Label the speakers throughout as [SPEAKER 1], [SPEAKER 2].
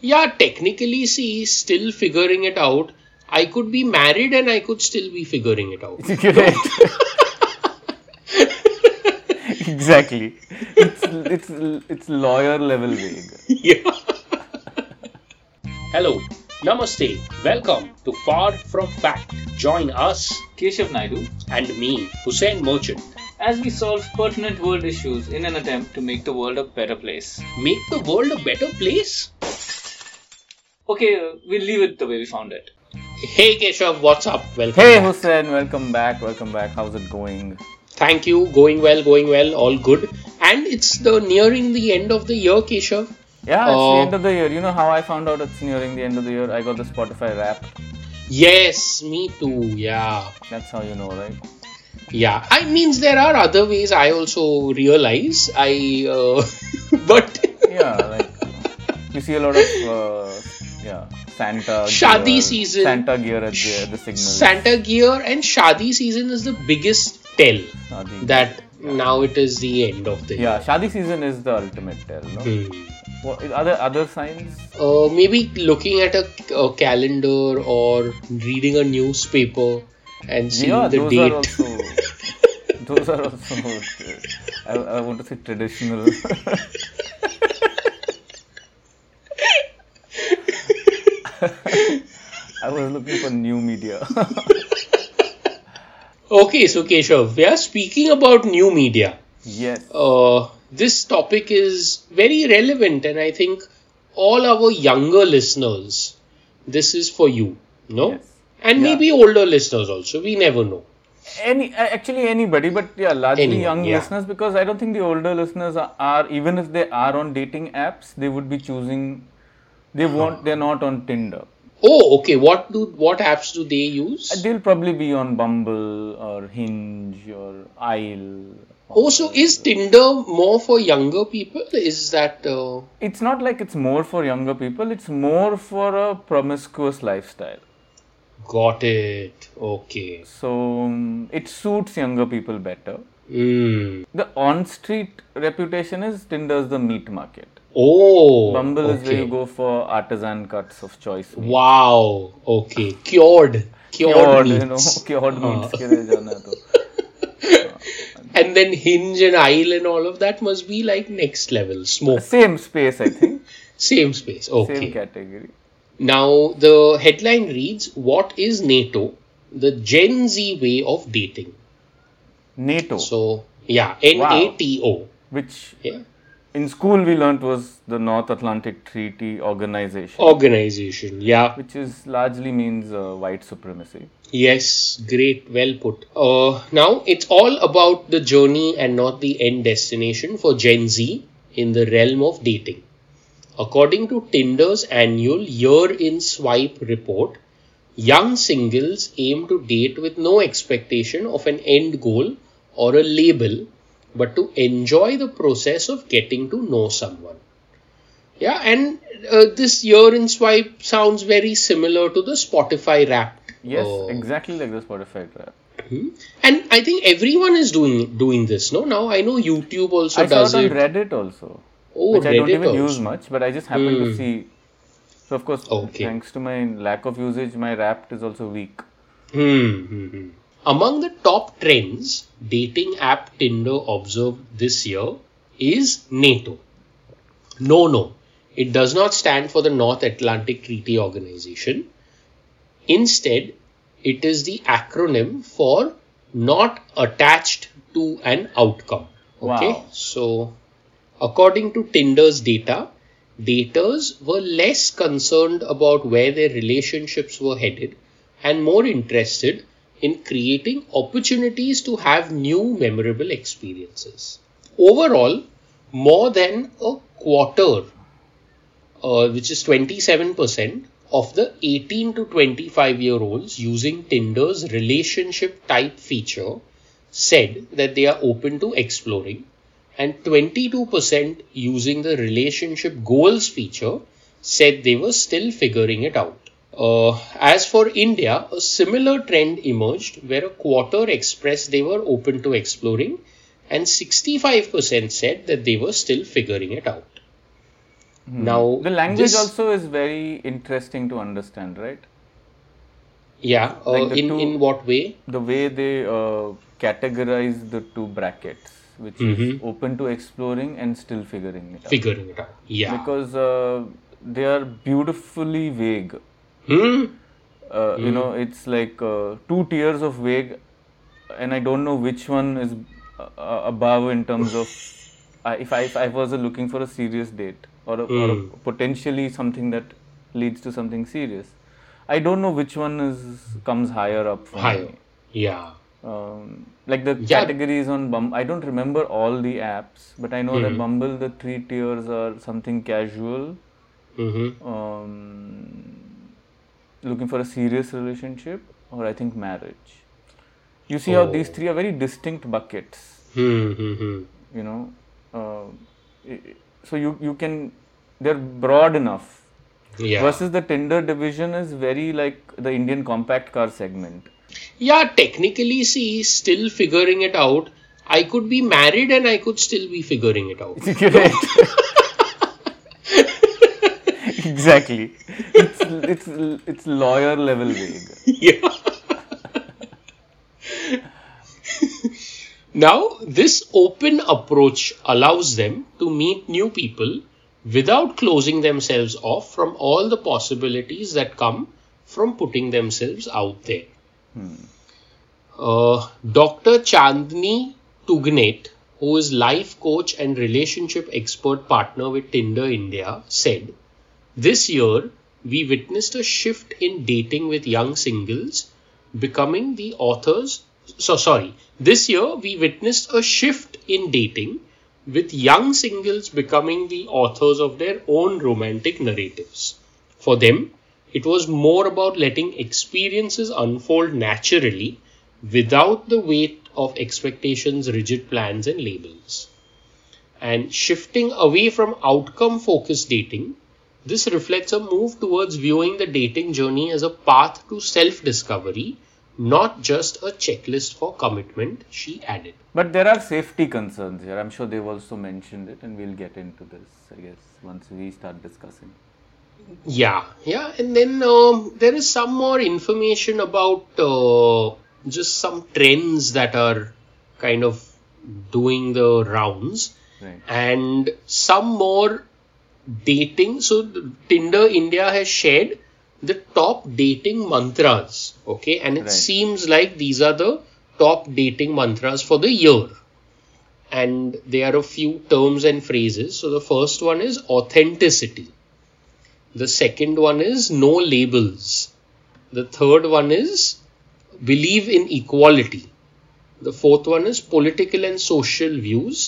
[SPEAKER 1] yeah, technically, see, still figuring it out. I could be married and I could still be figuring it out.
[SPEAKER 2] Correct. exactly. It's it's it's lawyer level vague.
[SPEAKER 1] yeah. Hello, namaste, welcome to Far From Fact. Join us
[SPEAKER 3] Keshav Naidu,
[SPEAKER 1] and me, Hussein Merchant,
[SPEAKER 3] as we solve pertinent world issues in an attempt to make the world a better place.
[SPEAKER 1] make the world a better place.
[SPEAKER 3] Okay, uh, we'll leave it the way we found it.
[SPEAKER 1] Hey Keshav, what's up? Welcome.
[SPEAKER 2] Hey
[SPEAKER 1] back.
[SPEAKER 2] Hussein, welcome back, welcome back. How's it going?
[SPEAKER 1] Thank you. Going well, going well, all good. And it's the nearing the end of the year, Keshav.
[SPEAKER 2] Yeah, it's
[SPEAKER 1] Oh.
[SPEAKER 2] the end of the year. You know how I found out it's nearing the end of the year? I got the Spotify rap.
[SPEAKER 1] Yes, me too. Yeah.
[SPEAKER 2] That's how you know, right?
[SPEAKER 1] Yeah. I means there are other ways I also realize I uh, but
[SPEAKER 2] Yeah, like you see a lot of uh, yeah Santa
[SPEAKER 1] Shadi
[SPEAKER 2] gear,
[SPEAKER 1] season.
[SPEAKER 2] Santa gear at the, the signal.
[SPEAKER 1] Santa gear and shadi season is the biggest tell
[SPEAKER 2] Shadi.
[SPEAKER 1] that now it is the end of the
[SPEAKER 2] yeah, Shadi season is the ultimate tell. No?
[SPEAKER 1] year. Hmm.
[SPEAKER 2] What, are there other signs?
[SPEAKER 1] Uh, maybe looking at a, a calendar or reading a newspaper and seeing
[SPEAKER 2] yeah,
[SPEAKER 1] the
[SPEAKER 2] those
[SPEAKER 1] date.
[SPEAKER 2] are also. those are also. uh, I, I want to say traditional. I was looking for new media.
[SPEAKER 1] Okay, so Keshav, we are speaking about new media.
[SPEAKER 2] yes.
[SPEAKER 1] Uh, this topic is very relevant, and I think all our younger listeners, this is for you, no?
[SPEAKER 2] Yes.
[SPEAKER 1] And
[SPEAKER 2] Yeah.
[SPEAKER 1] maybe older listeners also, we never know.
[SPEAKER 2] any a- actually anybody but yeah largely
[SPEAKER 1] Anyone,
[SPEAKER 2] young
[SPEAKER 1] yeah.
[SPEAKER 2] listeners because i don't think the older listeners are, are even if they are on dating apps they would be choosing they won't they're not on tinder
[SPEAKER 1] Oh, okay. What do what apps do they use?
[SPEAKER 2] they'll probably be on bumble or hinge or isle
[SPEAKER 1] Oh, so is Tinder more for younger people? Is that uh,
[SPEAKER 2] it's not like it's more for younger people it's more for a promiscuous lifestyle
[SPEAKER 1] got it? Okay.
[SPEAKER 2] so um, it suits younger people better
[SPEAKER 1] Mm.
[SPEAKER 2] the on-street reputation is tinder's the meat market
[SPEAKER 1] Oh,
[SPEAKER 2] Bumble is where
[SPEAKER 1] okay.
[SPEAKER 2] you go for artisan cuts of choice. meat.
[SPEAKER 1] Wow. Okay. Cured. Cured,
[SPEAKER 2] Cured, you know,
[SPEAKER 1] meats. Uh.
[SPEAKER 2] cured meats के लिए जाना है तो.
[SPEAKER 1] And then Hinge and Isle and all of that must be like next level. Smoke.
[SPEAKER 2] Same space, I think.
[SPEAKER 1] Same space.
[SPEAKER 2] Same
[SPEAKER 1] Okay.
[SPEAKER 2] category.
[SPEAKER 1] now the headline reads What is NATO? The Gen Z way of dating.
[SPEAKER 2] NATO,
[SPEAKER 1] So, yeah. N A T O.
[SPEAKER 2] which
[SPEAKER 1] Yeah.
[SPEAKER 2] in school we learnt was the North Atlantic Treaty Organization,
[SPEAKER 1] Organization. Yeah.
[SPEAKER 2] which is largely means uh, white supremacy.
[SPEAKER 1] Yes, great, well put. Uh, now it's all about the journey and not the end destination for Gen Z in the realm of dating. According to Tinder's annual Year in Swipe report, young singles aim to date with no expectation of an end goal or a label, but to enjoy the process of getting to know someone. Yeah, and uh, this Year in Swipe sounds very similar to the Spotify rap.
[SPEAKER 2] Yes,
[SPEAKER 1] uh,
[SPEAKER 2] exactly like the Spotify trap.
[SPEAKER 1] and I think everyone is doing doing this. No, now I know YouTube also
[SPEAKER 2] I saw
[SPEAKER 1] does
[SPEAKER 2] it on
[SPEAKER 1] it.
[SPEAKER 2] Reddit also,
[SPEAKER 1] oh,
[SPEAKER 2] which I don't
[SPEAKER 1] Reddit
[SPEAKER 2] even
[SPEAKER 1] also. Hmm.
[SPEAKER 2] use much, but I just happened to see. So of course,
[SPEAKER 1] Okay.
[SPEAKER 2] thanks to my lack of usage, my rap is also weak.
[SPEAKER 1] Hmm, hmm, hmm. Among the top trends dating app Tinder observed this year is NATO. No, no, it does not stand for the North Atlantic Treaty Organization. Instead, it is the acronym for not attached to an outcome. Okay,
[SPEAKER 2] Wow.
[SPEAKER 1] so according to Tinder's data, daters were less concerned about where their relationships were headed and more interested in creating opportunities to have new memorable experiences. Overall, more than a quarter, uh, which is 27%, of the 18 to 25 year olds using Tinder's relationship type feature said that they are open to exploring, and 22% using the relationship goals feature said they were still figuring it out. Uh, as for India, a similar trend emerged where a quarter expressed they were open to exploring, and 65% said that they were still figuring it out. Now
[SPEAKER 2] Hmm. The language
[SPEAKER 1] Oh, this-
[SPEAKER 2] also is very interesting to understand, right?
[SPEAKER 1] yeah, uh,
[SPEAKER 2] like the
[SPEAKER 1] in
[SPEAKER 2] two-
[SPEAKER 1] in what way?
[SPEAKER 2] The way they uh, categorize the two brackets, which is
[SPEAKER 1] Mm-hmm.
[SPEAKER 2] open to exploring and still figuring it out.
[SPEAKER 1] Figuring it out. Yeah.
[SPEAKER 2] Because uh, they are beautifully vague.
[SPEAKER 1] hmm?
[SPEAKER 2] Uh, You know, it's like uh, two tiers of vague, and I don't know which one is uh, uh, above in terms of I if I if I was uh, looking for a serious date or a, or
[SPEAKER 1] Hmm.
[SPEAKER 2] a potentially something that leads to something serious. I don't know which one is comes higher up. for
[SPEAKER 1] Higher.
[SPEAKER 2] me.
[SPEAKER 1] Yeah.
[SPEAKER 2] Um, like the
[SPEAKER 1] Yeah.
[SPEAKER 2] categories on Bumble, I don't remember all the apps, but I know that Bumble the three tiers are something casual,
[SPEAKER 1] hmm
[SPEAKER 2] um, looking for a serious relationship, or I think marriage. You see how these three are very distinct buckets
[SPEAKER 1] Hmm. hmm, hmm.
[SPEAKER 2] you know uh, i- i- so you you can they're broad enough
[SPEAKER 1] Yeah.
[SPEAKER 2] versus the tinder division is very like the indian compact car segment
[SPEAKER 1] Yeah, technically, see, still figuring it out. I could be married and I could still be figuring it out.
[SPEAKER 2] Correct. exactly it's it's it's lawyer level vague
[SPEAKER 1] yeah. now, this open approach allows them to meet new people without closing themselves off from all the possibilities that come from putting themselves out there. Uh, Dr. Chandni Tugnet, who is life coach and relationship expert partner with Tinder India, said, This year, we witnessed a shift in dating with young singles, becoming the authors. So, sorry. This year, we witnessed a shift in dating, with young singles becoming the authors of their own romantic narratives. For them, it was more about letting experiences unfold naturally without the weight of expectations, rigid plans, and labels. And shifting away from outcome focused dating this reflects a move towards viewing the dating journey as a path to self discovery, not just a checklist for commitment, she added.
[SPEAKER 2] but there are safety concerns here i'm sure they've also mentioned it and we'll get into this i guess once we start discussing
[SPEAKER 1] Yeah, yeah, and then um, there is some more information about uh, just some trends that are kind of doing the rounds.
[SPEAKER 2] right
[SPEAKER 1] and some more dating. So Tinder India has shared the top dating mantras. Okay, and it
[SPEAKER 2] Right.
[SPEAKER 1] seems like these are the top dating mantras for the year. And there are a few terms and phrases. So the first one is authenticity. The second one is no labels. The third one is believe in equality. The fourth one is political and social views,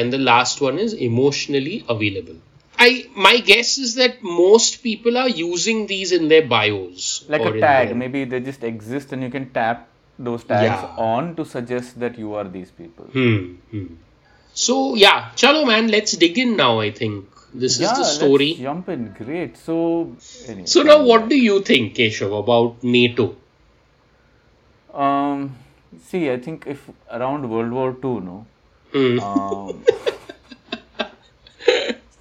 [SPEAKER 1] and the last one is emotionally available. I my guess is that most people are using these in their bios,
[SPEAKER 2] like
[SPEAKER 1] or
[SPEAKER 2] a
[SPEAKER 1] in
[SPEAKER 2] tag
[SPEAKER 1] their-
[SPEAKER 2] maybe they just exist and you can tap those tags
[SPEAKER 1] Yeah.
[SPEAKER 2] on to suggest that you are these people
[SPEAKER 1] Hmm, hmm. So yeah, chalo man, let's dig in now. I think this is the
[SPEAKER 2] let's
[SPEAKER 1] story.
[SPEAKER 2] jump in great so anyway,
[SPEAKER 1] So now, what do you think, Keshav, about NATO?
[SPEAKER 2] um see i think if around world war Two, no
[SPEAKER 1] Hmm.
[SPEAKER 2] um,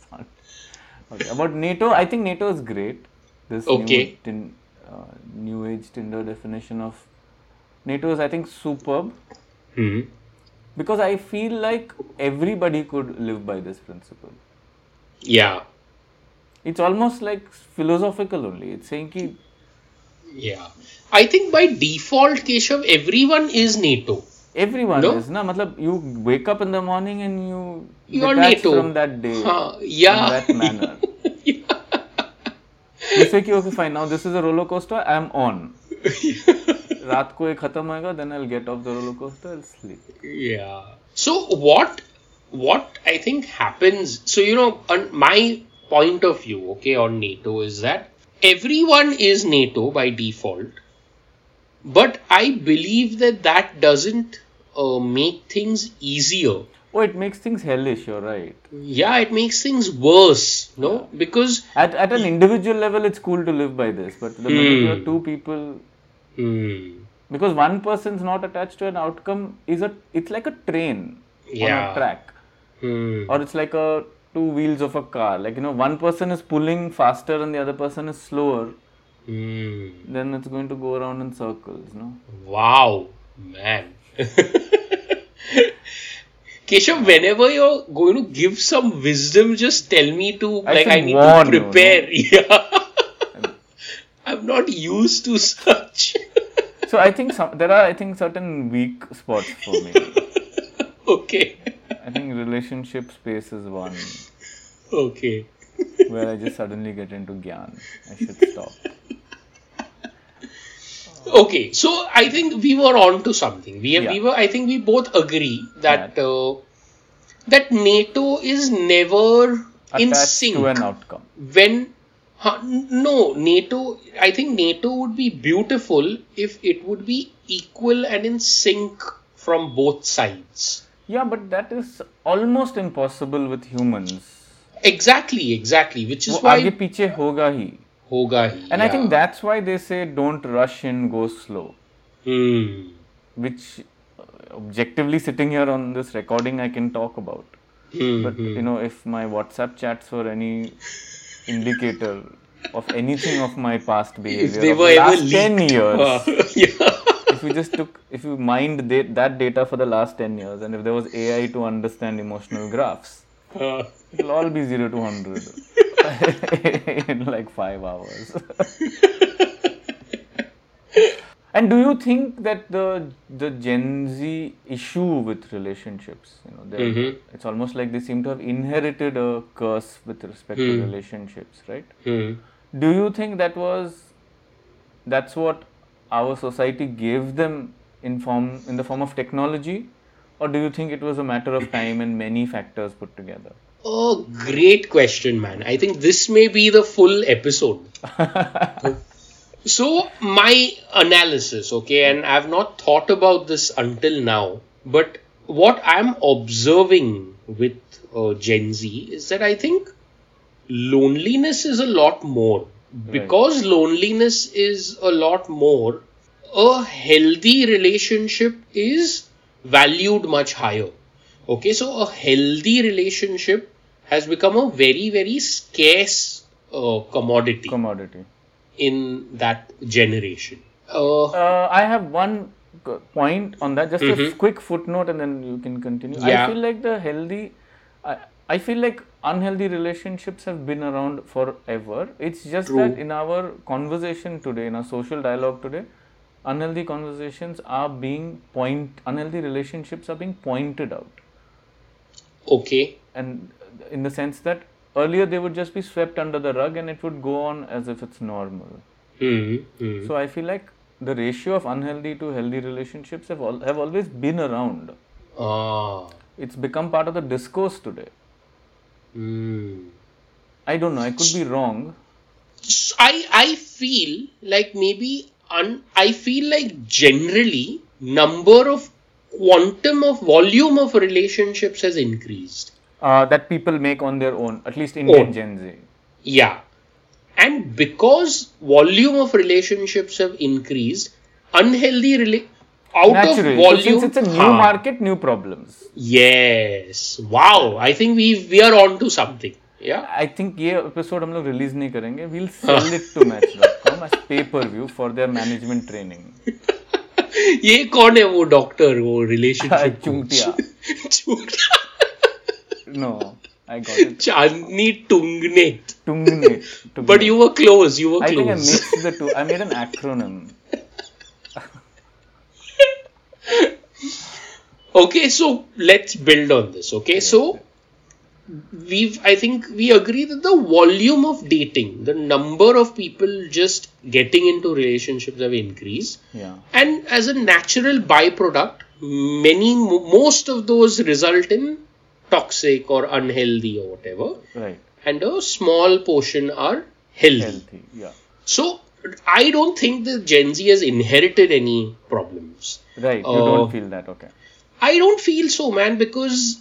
[SPEAKER 2] sorry. okay about nato i think nato is great this new,
[SPEAKER 1] Okay.
[SPEAKER 2] tin, uh, new age tinder definition of nato is i think superb
[SPEAKER 1] Hmm.
[SPEAKER 2] because i feel like everybody could live by this principle
[SPEAKER 1] Yeah,
[SPEAKER 2] it's almost like philosophical only it's saying ki
[SPEAKER 1] yeah. I think by default, Keshav, everyone is NATO.
[SPEAKER 2] everyone
[SPEAKER 1] No?
[SPEAKER 2] is na matlab you wake up in the morning and you
[SPEAKER 1] You are
[SPEAKER 2] detach
[SPEAKER 1] NATO.
[SPEAKER 2] from that day
[SPEAKER 1] Huh,
[SPEAKER 2] in
[SPEAKER 1] yeah.
[SPEAKER 2] that manner you say ki okay fine now this is a roller coaster i'm on रात को ये खत्म होएगा then I'll get off the roller coaster I'll sleep
[SPEAKER 1] Yeah. So what what I think happens so you know on my point of view okay on NATO is that everyone is NATO by default but I believe that that doesn't uh, make things easier
[SPEAKER 2] oh it makes things hellish you're right
[SPEAKER 1] yeah it makes things worse no because
[SPEAKER 2] at at an individual level it's cool to live by this but the minute
[SPEAKER 1] Hmm.
[SPEAKER 2] you're two people
[SPEAKER 1] hmm,
[SPEAKER 2] because one person's not attached to an outcome is a it's like a train on
[SPEAKER 1] Yeah.
[SPEAKER 2] a track
[SPEAKER 1] hmm,
[SPEAKER 2] or it's like a two wheels of a car. Like, you know, one person is pulling faster and the other person is slower,
[SPEAKER 1] Hmm.
[SPEAKER 2] then it's going to go around in circles, no?
[SPEAKER 1] Wow, man. Keshav, whenever you're going to give some wisdom, just tell me to,
[SPEAKER 2] I
[SPEAKER 1] like,
[SPEAKER 2] should
[SPEAKER 1] I need
[SPEAKER 2] warn
[SPEAKER 1] to
[SPEAKER 2] you,
[SPEAKER 1] prepare. Yeah. I'm not used to such.
[SPEAKER 2] So I think some, there are, I think, certain weak spots for me.
[SPEAKER 1] okay.
[SPEAKER 2] I think relationship space is one
[SPEAKER 1] Okay.
[SPEAKER 2] where I just suddenly get into gyan. I should stop.
[SPEAKER 1] Okay. So I think we were on to something. We, have, we
[SPEAKER 2] Yeah.
[SPEAKER 1] were, I think we both agree that, uh, that NATO is never in
[SPEAKER 2] Attached
[SPEAKER 1] sync.
[SPEAKER 2] to an outcome.
[SPEAKER 1] when huh, no nato i think nato would be beautiful if it would be equal and in sync from both sides
[SPEAKER 2] Yeah, but that is almost impossible with humans.
[SPEAKER 1] exactly exactly which is
[SPEAKER 2] वो
[SPEAKER 1] why
[SPEAKER 2] आगे पीछे होगा ही
[SPEAKER 1] hoga hi
[SPEAKER 2] and I think
[SPEAKER 1] yeah.
[SPEAKER 2] That's why they say don't rush in go slow
[SPEAKER 1] Hmm.
[SPEAKER 2] Which uh, objectively sitting here on this recording I can talk about
[SPEAKER 1] Hmm,
[SPEAKER 2] but
[SPEAKER 1] hmm.
[SPEAKER 2] You know if my WhatsApp chats were any indicator of anything of my past
[SPEAKER 1] if they
[SPEAKER 2] behaviour
[SPEAKER 1] were ever
[SPEAKER 2] last 10
[SPEAKER 1] leaked,
[SPEAKER 2] years
[SPEAKER 1] uh, yeah.
[SPEAKER 2] if you just took if you mined da- that data for the last 10 years and if there was AI to understand emotional graphs
[SPEAKER 1] Uh,
[SPEAKER 2] It'll all be 0 to 100 in like 5 hours. and do you think that the the Gen Z issue with relationships, you know, they're-
[SPEAKER 1] Mhm.
[SPEAKER 2] it's almost like they seem to have inherited a curse with respect to relationships, right?
[SPEAKER 1] hmm.
[SPEAKER 2] Do you think that was that's what our society gave them in form in the form of technology? Or do you think it was a matter of time and many factors put together?
[SPEAKER 1] Oh, great question, man. I think this may be the full episode. so, my analysis, okay, and I've not thought about this until now, but what I'm observing with uh, Gen Z is that I think loneliness is a lot more. Because loneliness is a lot more, a healthy relationship is valued much higher. Okay, so a healthy relationship has become a very, very scarce uh, commodity
[SPEAKER 2] commodity.
[SPEAKER 1] in that generation. Uh,
[SPEAKER 2] Uh, I have one g- point on that. Just a quick footnote, and then you can continue.
[SPEAKER 1] Yeah.
[SPEAKER 2] I feel like the healthy. I, I feel like unhealthy relationships have been around forever. It's just that in our conversation today, in our social dialogue today, unhealthy conversations are being point. Unhealthy relationships are being pointed out,
[SPEAKER 1] okay,
[SPEAKER 2] and in the sense that earlier they would just be swept under the rug, and it would go on as if it's normal.
[SPEAKER 1] hmm hmm.
[SPEAKER 2] So I feel like the ratio of unhealthy to healthy relationships have all, have always been around.
[SPEAKER 1] Ah.
[SPEAKER 2] It's become part of the discourse today.
[SPEAKER 1] Hmm.
[SPEAKER 2] I don't know. I could be wrong.
[SPEAKER 1] S- I I feel like maybe un, I feel like generally number of quantum of volume of relationships has increased.
[SPEAKER 2] Uh, that people make on their own, at least Indian
[SPEAKER 1] Own.
[SPEAKER 2] Gen Z.
[SPEAKER 1] Yeah. And because volume of relationships have increased, unhealthy rela- out
[SPEAKER 2] Naturally,
[SPEAKER 1] of
[SPEAKER 2] so
[SPEAKER 1] volume
[SPEAKER 2] since it's a new
[SPEAKER 1] Huh.
[SPEAKER 2] market, new problems.
[SPEAKER 1] Yes. Wow. I think we we are on to something. Yeah.
[SPEAKER 2] I think ये episode हम लोग release नहीं करेंगे we'll sell it to match.com as pay per view for their management training
[SPEAKER 1] ये कौन है वो doctor वो relationship
[SPEAKER 2] चुंटिया no I got it
[SPEAKER 1] Chandni टुंगने
[SPEAKER 2] tungne
[SPEAKER 1] but you were close you were
[SPEAKER 2] I think I
[SPEAKER 1] close
[SPEAKER 2] mixed the two I made an acronym
[SPEAKER 1] Okay, so let's build on this. Okay, so we've, I think we agree that the volume of dating, the number of people just getting into relationships have increased.
[SPEAKER 2] yeah
[SPEAKER 1] And as a natural byproduct, many, mo- most of those result in toxic or unhealthy or whatever.
[SPEAKER 2] right
[SPEAKER 1] And a small portion are healthy.
[SPEAKER 2] healthy yeah
[SPEAKER 1] So I don't think the Gen Z has inherited any problems.
[SPEAKER 2] right you
[SPEAKER 1] Oh.
[SPEAKER 2] don't feel that okay
[SPEAKER 1] I don't feel so, man, because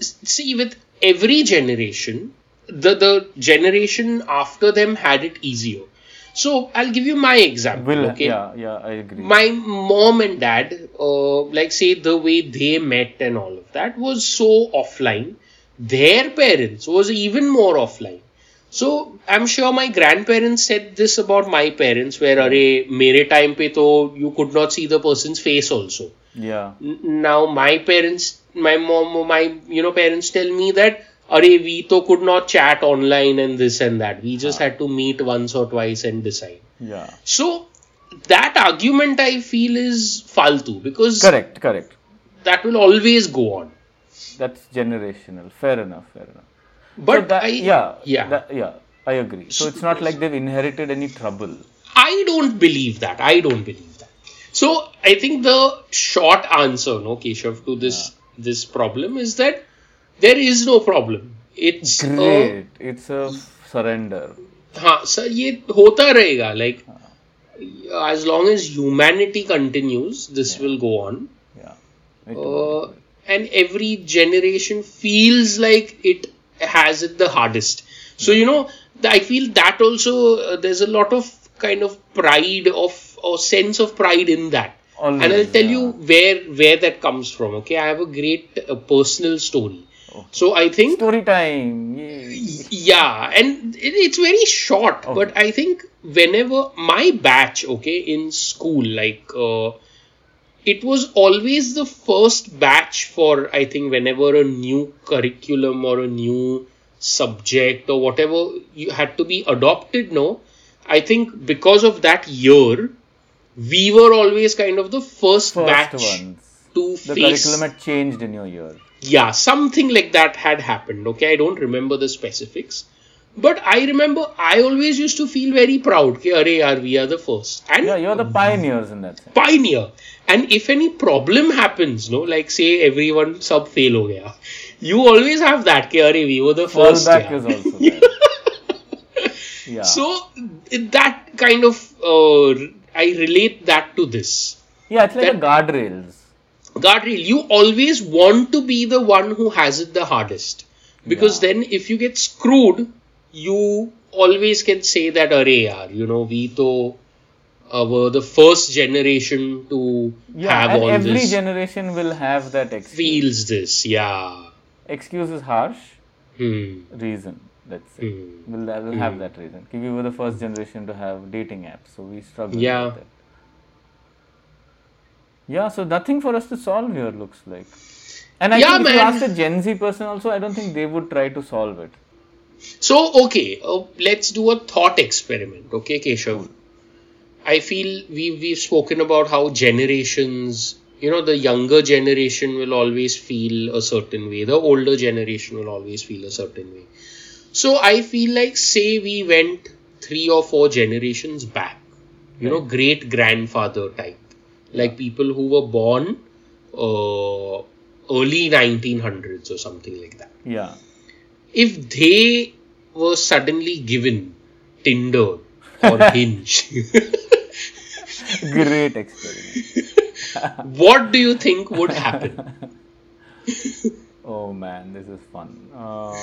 [SPEAKER 1] s- see, with every generation, the the generation after them had it easier. So I'll give you my example.
[SPEAKER 2] will
[SPEAKER 1] okay.
[SPEAKER 2] yeah yeah i agree
[SPEAKER 1] My mom and dad, uh, like say the way they met and all of that was so offline their parents was even more offline. So I'm sure my grandparents said this about my parents, where array mere time pe to you could not see the person's face also.
[SPEAKER 2] yeah,
[SPEAKER 1] N- now my parents, my mom, my you know parents tell me that array we to could not chat online and this and that. We
[SPEAKER 2] Ah.
[SPEAKER 1] just had to meet once or twice and decide.
[SPEAKER 2] yeah.
[SPEAKER 1] So that argument I feel is faltu because
[SPEAKER 2] Correct, correct.
[SPEAKER 1] that will always go on.
[SPEAKER 2] That's generational. Fair enough, fair enough.
[SPEAKER 1] But
[SPEAKER 2] So that-
[SPEAKER 1] I,
[SPEAKER 2] yeah,
[SPEAKER 1] yeah,
[SPEAKER 2] that- yeah, I agree. So it's not like they've inherited any trouble.
[SPEAKER 1] I don't believe that. I don't believe that. So I think the short answer, no, Keshav, to this
[SPEAKER 2] Ah.
[SPEAKER 1] this problem is that there is no problem. It's a-
[SPEAKER 2] Great. it's a surrender.
[SPEAKER 1] हाँ sir ये होता रहेगा like as long as humanity continues this will go on
[SPEAKER 2] Yeah. It-
[SPEAKER 1] uh, and every generation feels like it has it the hardest so you know th- i feel that also uh, there's a lot of kind of pride of or sense of pride in that
[SPEAKER 2] Always,
[SPEAKER 1] and i'll tell
[SPEAKER 2] yeah.
[SPEAKER 1] you where where that comes from okay i have a great uh, personal story so i think
[SPEAKER 2] Story time. Yay.
[SPEAKER 1] yeah and it, it's very short
[SPEAKER 2] Okay.
[SPEAKER 1] but i think whenever my batch okay in school like uh, it was always the first batch for i think whenever a new curriculum or a new subject or whatever you had to be adopted no i think because of that year we were always kind of the first,
[SPEAKER 2] First
[SPEAKER 1] batch
[SPEAKER 2] ones.
[SPEAKER 1] to
[SPEAKER 2] The
[SPEAKER 1] face
[SPEAKER 2] curriculum had changed in your year.
[SPEAKER 1] yeah, something like that had happened. Okay, I don't remember the specifics, but I remember I always used to feel very proud. Ki, Arey, yaar, we are the first and
[SPEAKER 2] Yeah, you're the
[SPEAKER 1] Mm.
[SPEAKER 2] pioneers in that sense.
[SPEAKER 1] pioneer. And if any problem happens, no, like say everyone sub fail ho gaya, you always have that. Ki, Arey, we were the first.
[SPEAKER 2] Fallback
[SPEAKER 1] yaar."
[SPEAKER 2] is also there. yeah.
[SPEAKER 1] So that kind of uh, I relate that to this.
[SPEAKER 2] yeah, it's like a
[SPEAKER 1] that-
[SPEAKER 2] guardrails.
[SPEAKER 1] guardrail you always want to be the one who has it the hardest because
[SPEAKER 2] Yeah.
[SPEAKER 1] then if you get screwed you always can say that array yaar you know we to uh, were the first generation to
[SPEAKER 2] Yeah,
[SPEAKER 1] have
[SPEAKER 2] and
[SPEAKER 1] all
[SPEAKER 2] every
[SPEAKER 1] this
[SPEAKER 2] generation will have that excuse.
[SPEAKER 1] feels this yeah
[SPEAKER 2] Excuse is harsh.
[SPEAKER 1] hmm.
[SPEAKER 2] Reason, let's say.
[SPEAKER 1] Hmm.
[SPEAKER 2] Will that will have that reason. 'Cause We were the first generation to have dating apps, so we struggled
[SPEAKER 1] Yeah.
[SPEAKER 2] with that. Yeah, so nothing for us to solve here looks like. And I
[SPEAKER 1] Yeah,
[SPEAKER 2] think if you
[SPEAKER 1] man.
[SPEAKER 2] ask a Gen Z person also, I don't think they would try to solve it.
[SPEAKER 1] So, okay, uh, let's do a thought experiment, okay, Keshav? I feel we've, we've spoken about how generations, you know, the younger generation will always feel a certain way, the older generation will always feel a certain way. So, I feel like, say, we went three or four generations back, you know, great grandfather type, like people who were born uh, early 1900s or something like that
[SPEAKER 2] Yeah.
[SPEAKER 1] if they were suddenly given Tinder or Hinge,
[SPEAKER 2] Great experiment.
[SPEAKER 1] what do you think would happen?
[SPEAKER 2] Oh man, this is fun. Uh,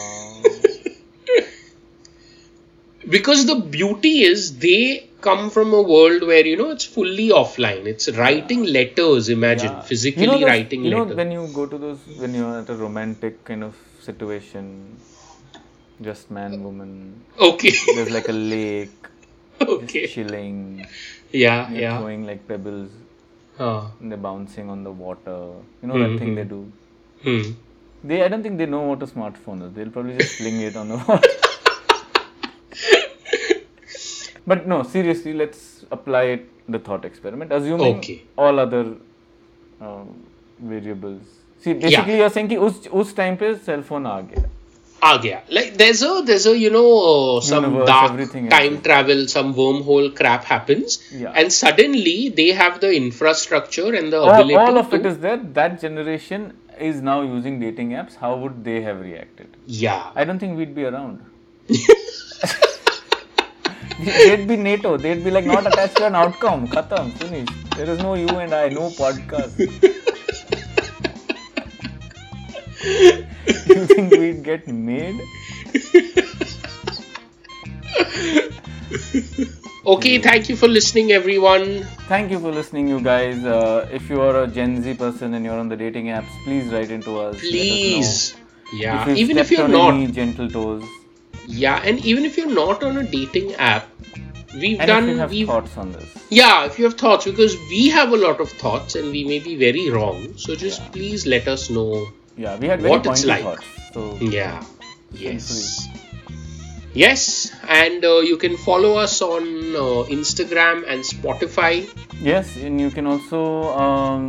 [SPEAKER 1] Because the beauty is they come from a world where you know it's fully offline. It's writing letters. Imagine
[SPEAKER 2] yeah.
[SPEAKER 1] physically
[SPEAKER 2] you know those-
[SPEAKER 1] writing
[SPEAKER 2] You know,
[SPEAKER 1] letters.
[SPEAKER 2] when you go to those, when you're at a romantic kind of situation, just man, woman,
[SPEAKER 1] okay,
[SPEAKER 2] there's like a lake,
[SPEAKER 1] okay,
[SPEAKER 2] chilling,
[SPEAKER 1] yeah,
[SPEAKER 2] they're
[SPEAKER 1] yeah.
[SPEAKER 2] throwing like pebbles,
[SPEAKER 1] Huh.
[SPEAKER 2] and they're bouncing on the water. You know that
[SPEAKER 1] Mhm.
[SPEAKER 2] thing they do.
[SPEAKER 1] Hmm.
[SPEAKER 2] They, I don't think they know what a smartphone is. They'll probably just fling it on the water. but no, seriously, let's apply it the thought experiment, assuming
[SPEAKER 1] Okay.
[SPEAKER 2] all other uh, variables. See, basically, you're saying कि उस उस time पे cell phone आ गया.
[SPEAKER 1] आ गया Ah, like there's a there's a you know uh, some
[SPEAKER 2] Universe,
[SPEAKER 1] dark
[SPEAKER 2] everything
[SPEAKER 1] time
[SPEAKER 2] else.
[SPEAKER 1] travel some wormhole crap happens
[SPEAKER 2] Yeah.
[SPEAKER 1] and suddenly they have the infrastructure and the
[SPEAKER 2] All,
[SPEAKER 1] ability
[SPEAKER 2] all of
[SPEAKER 1] to
[SPEAKER 2] it is there. That generation is now using dating apps. How would they have reacted?
[SPEAKER 1] yeah
[SPEAKER 2] I don't think we'd be around. they'd be NATO. They'd be like not attached to an outcome. Khatam, finish. There is no you and I, no podcast. you think we'd get made? Hmm.
[SPEAKER 1] Okay, thank you for listening, everyone.
[SPEAKER 2] Thank you for listening, you guys. Uh, if you are a Gen Z person and you're on the dating apps, please write into us. Let us know.
[SPEAKER 1] Please Yeah,
[SPEAKER 2] you've
[SPEAKER 1] even if
[SPEAKER 2] stepped
[SPEAKER 1] you're
[SPEAKER 2] on
[SPEAKER 1] not.
[SPEAKER 2] any gentle toes,
[SPEAKER 1] Yeah, and even if you're not on a dating app, we've
[SPEAKER 2] and
[SPEAKER 1] done
[SPEAKER 2] if you have
[SPEAKER 1] we've
[SPEAKER 2] thoughts on this,
[SPEAKER 1] yeah, if you have thoughts, because we have a lot of thoughts and we may be very wrong. So just please let us know.
[SPEAKER 2] yeah, we had very
[SPEAKER 1] What it's
[SPEAKER 2] pointy
[SPEAKER 1] like.
[SPEAKER 2] thoughts. So
[SPEAKER 1] Yeah. Yes. Yes, and uh, you can follow us on uh, Instagram and Spotify.
[SPEAKER 2] yes, and you can also um,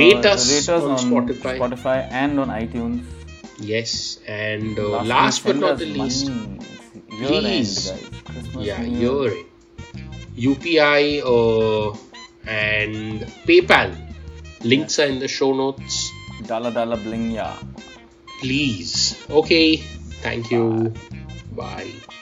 [SPEAKER 1] Rate us on Spotify.
[SPEAKER 2] Spotify and on iTunes.
[SPEAKER 1] Yes, and uh,
[SPEAKER 2] Lastly,
[SPEAKER 1] last but
[SPEAKER 2] send
[SPEAKER 1] not
[SPEAKER 2] us
[SPEAKER 1] the least,
[SPEAKER 2] money. It's year
[SPEAKER 1] Please.
[SPEAKER 2] end, guys. Christmas,
[SPEAKER 1] yeah,
[SPEAKER 2] New
[SPEAKER 1] your UPI uh, and PayPal links are in the show notes.
[SPEAKER 2] Dala dala bling yeah.
[SPEAKER 1] please. Okay, thank you. Bye.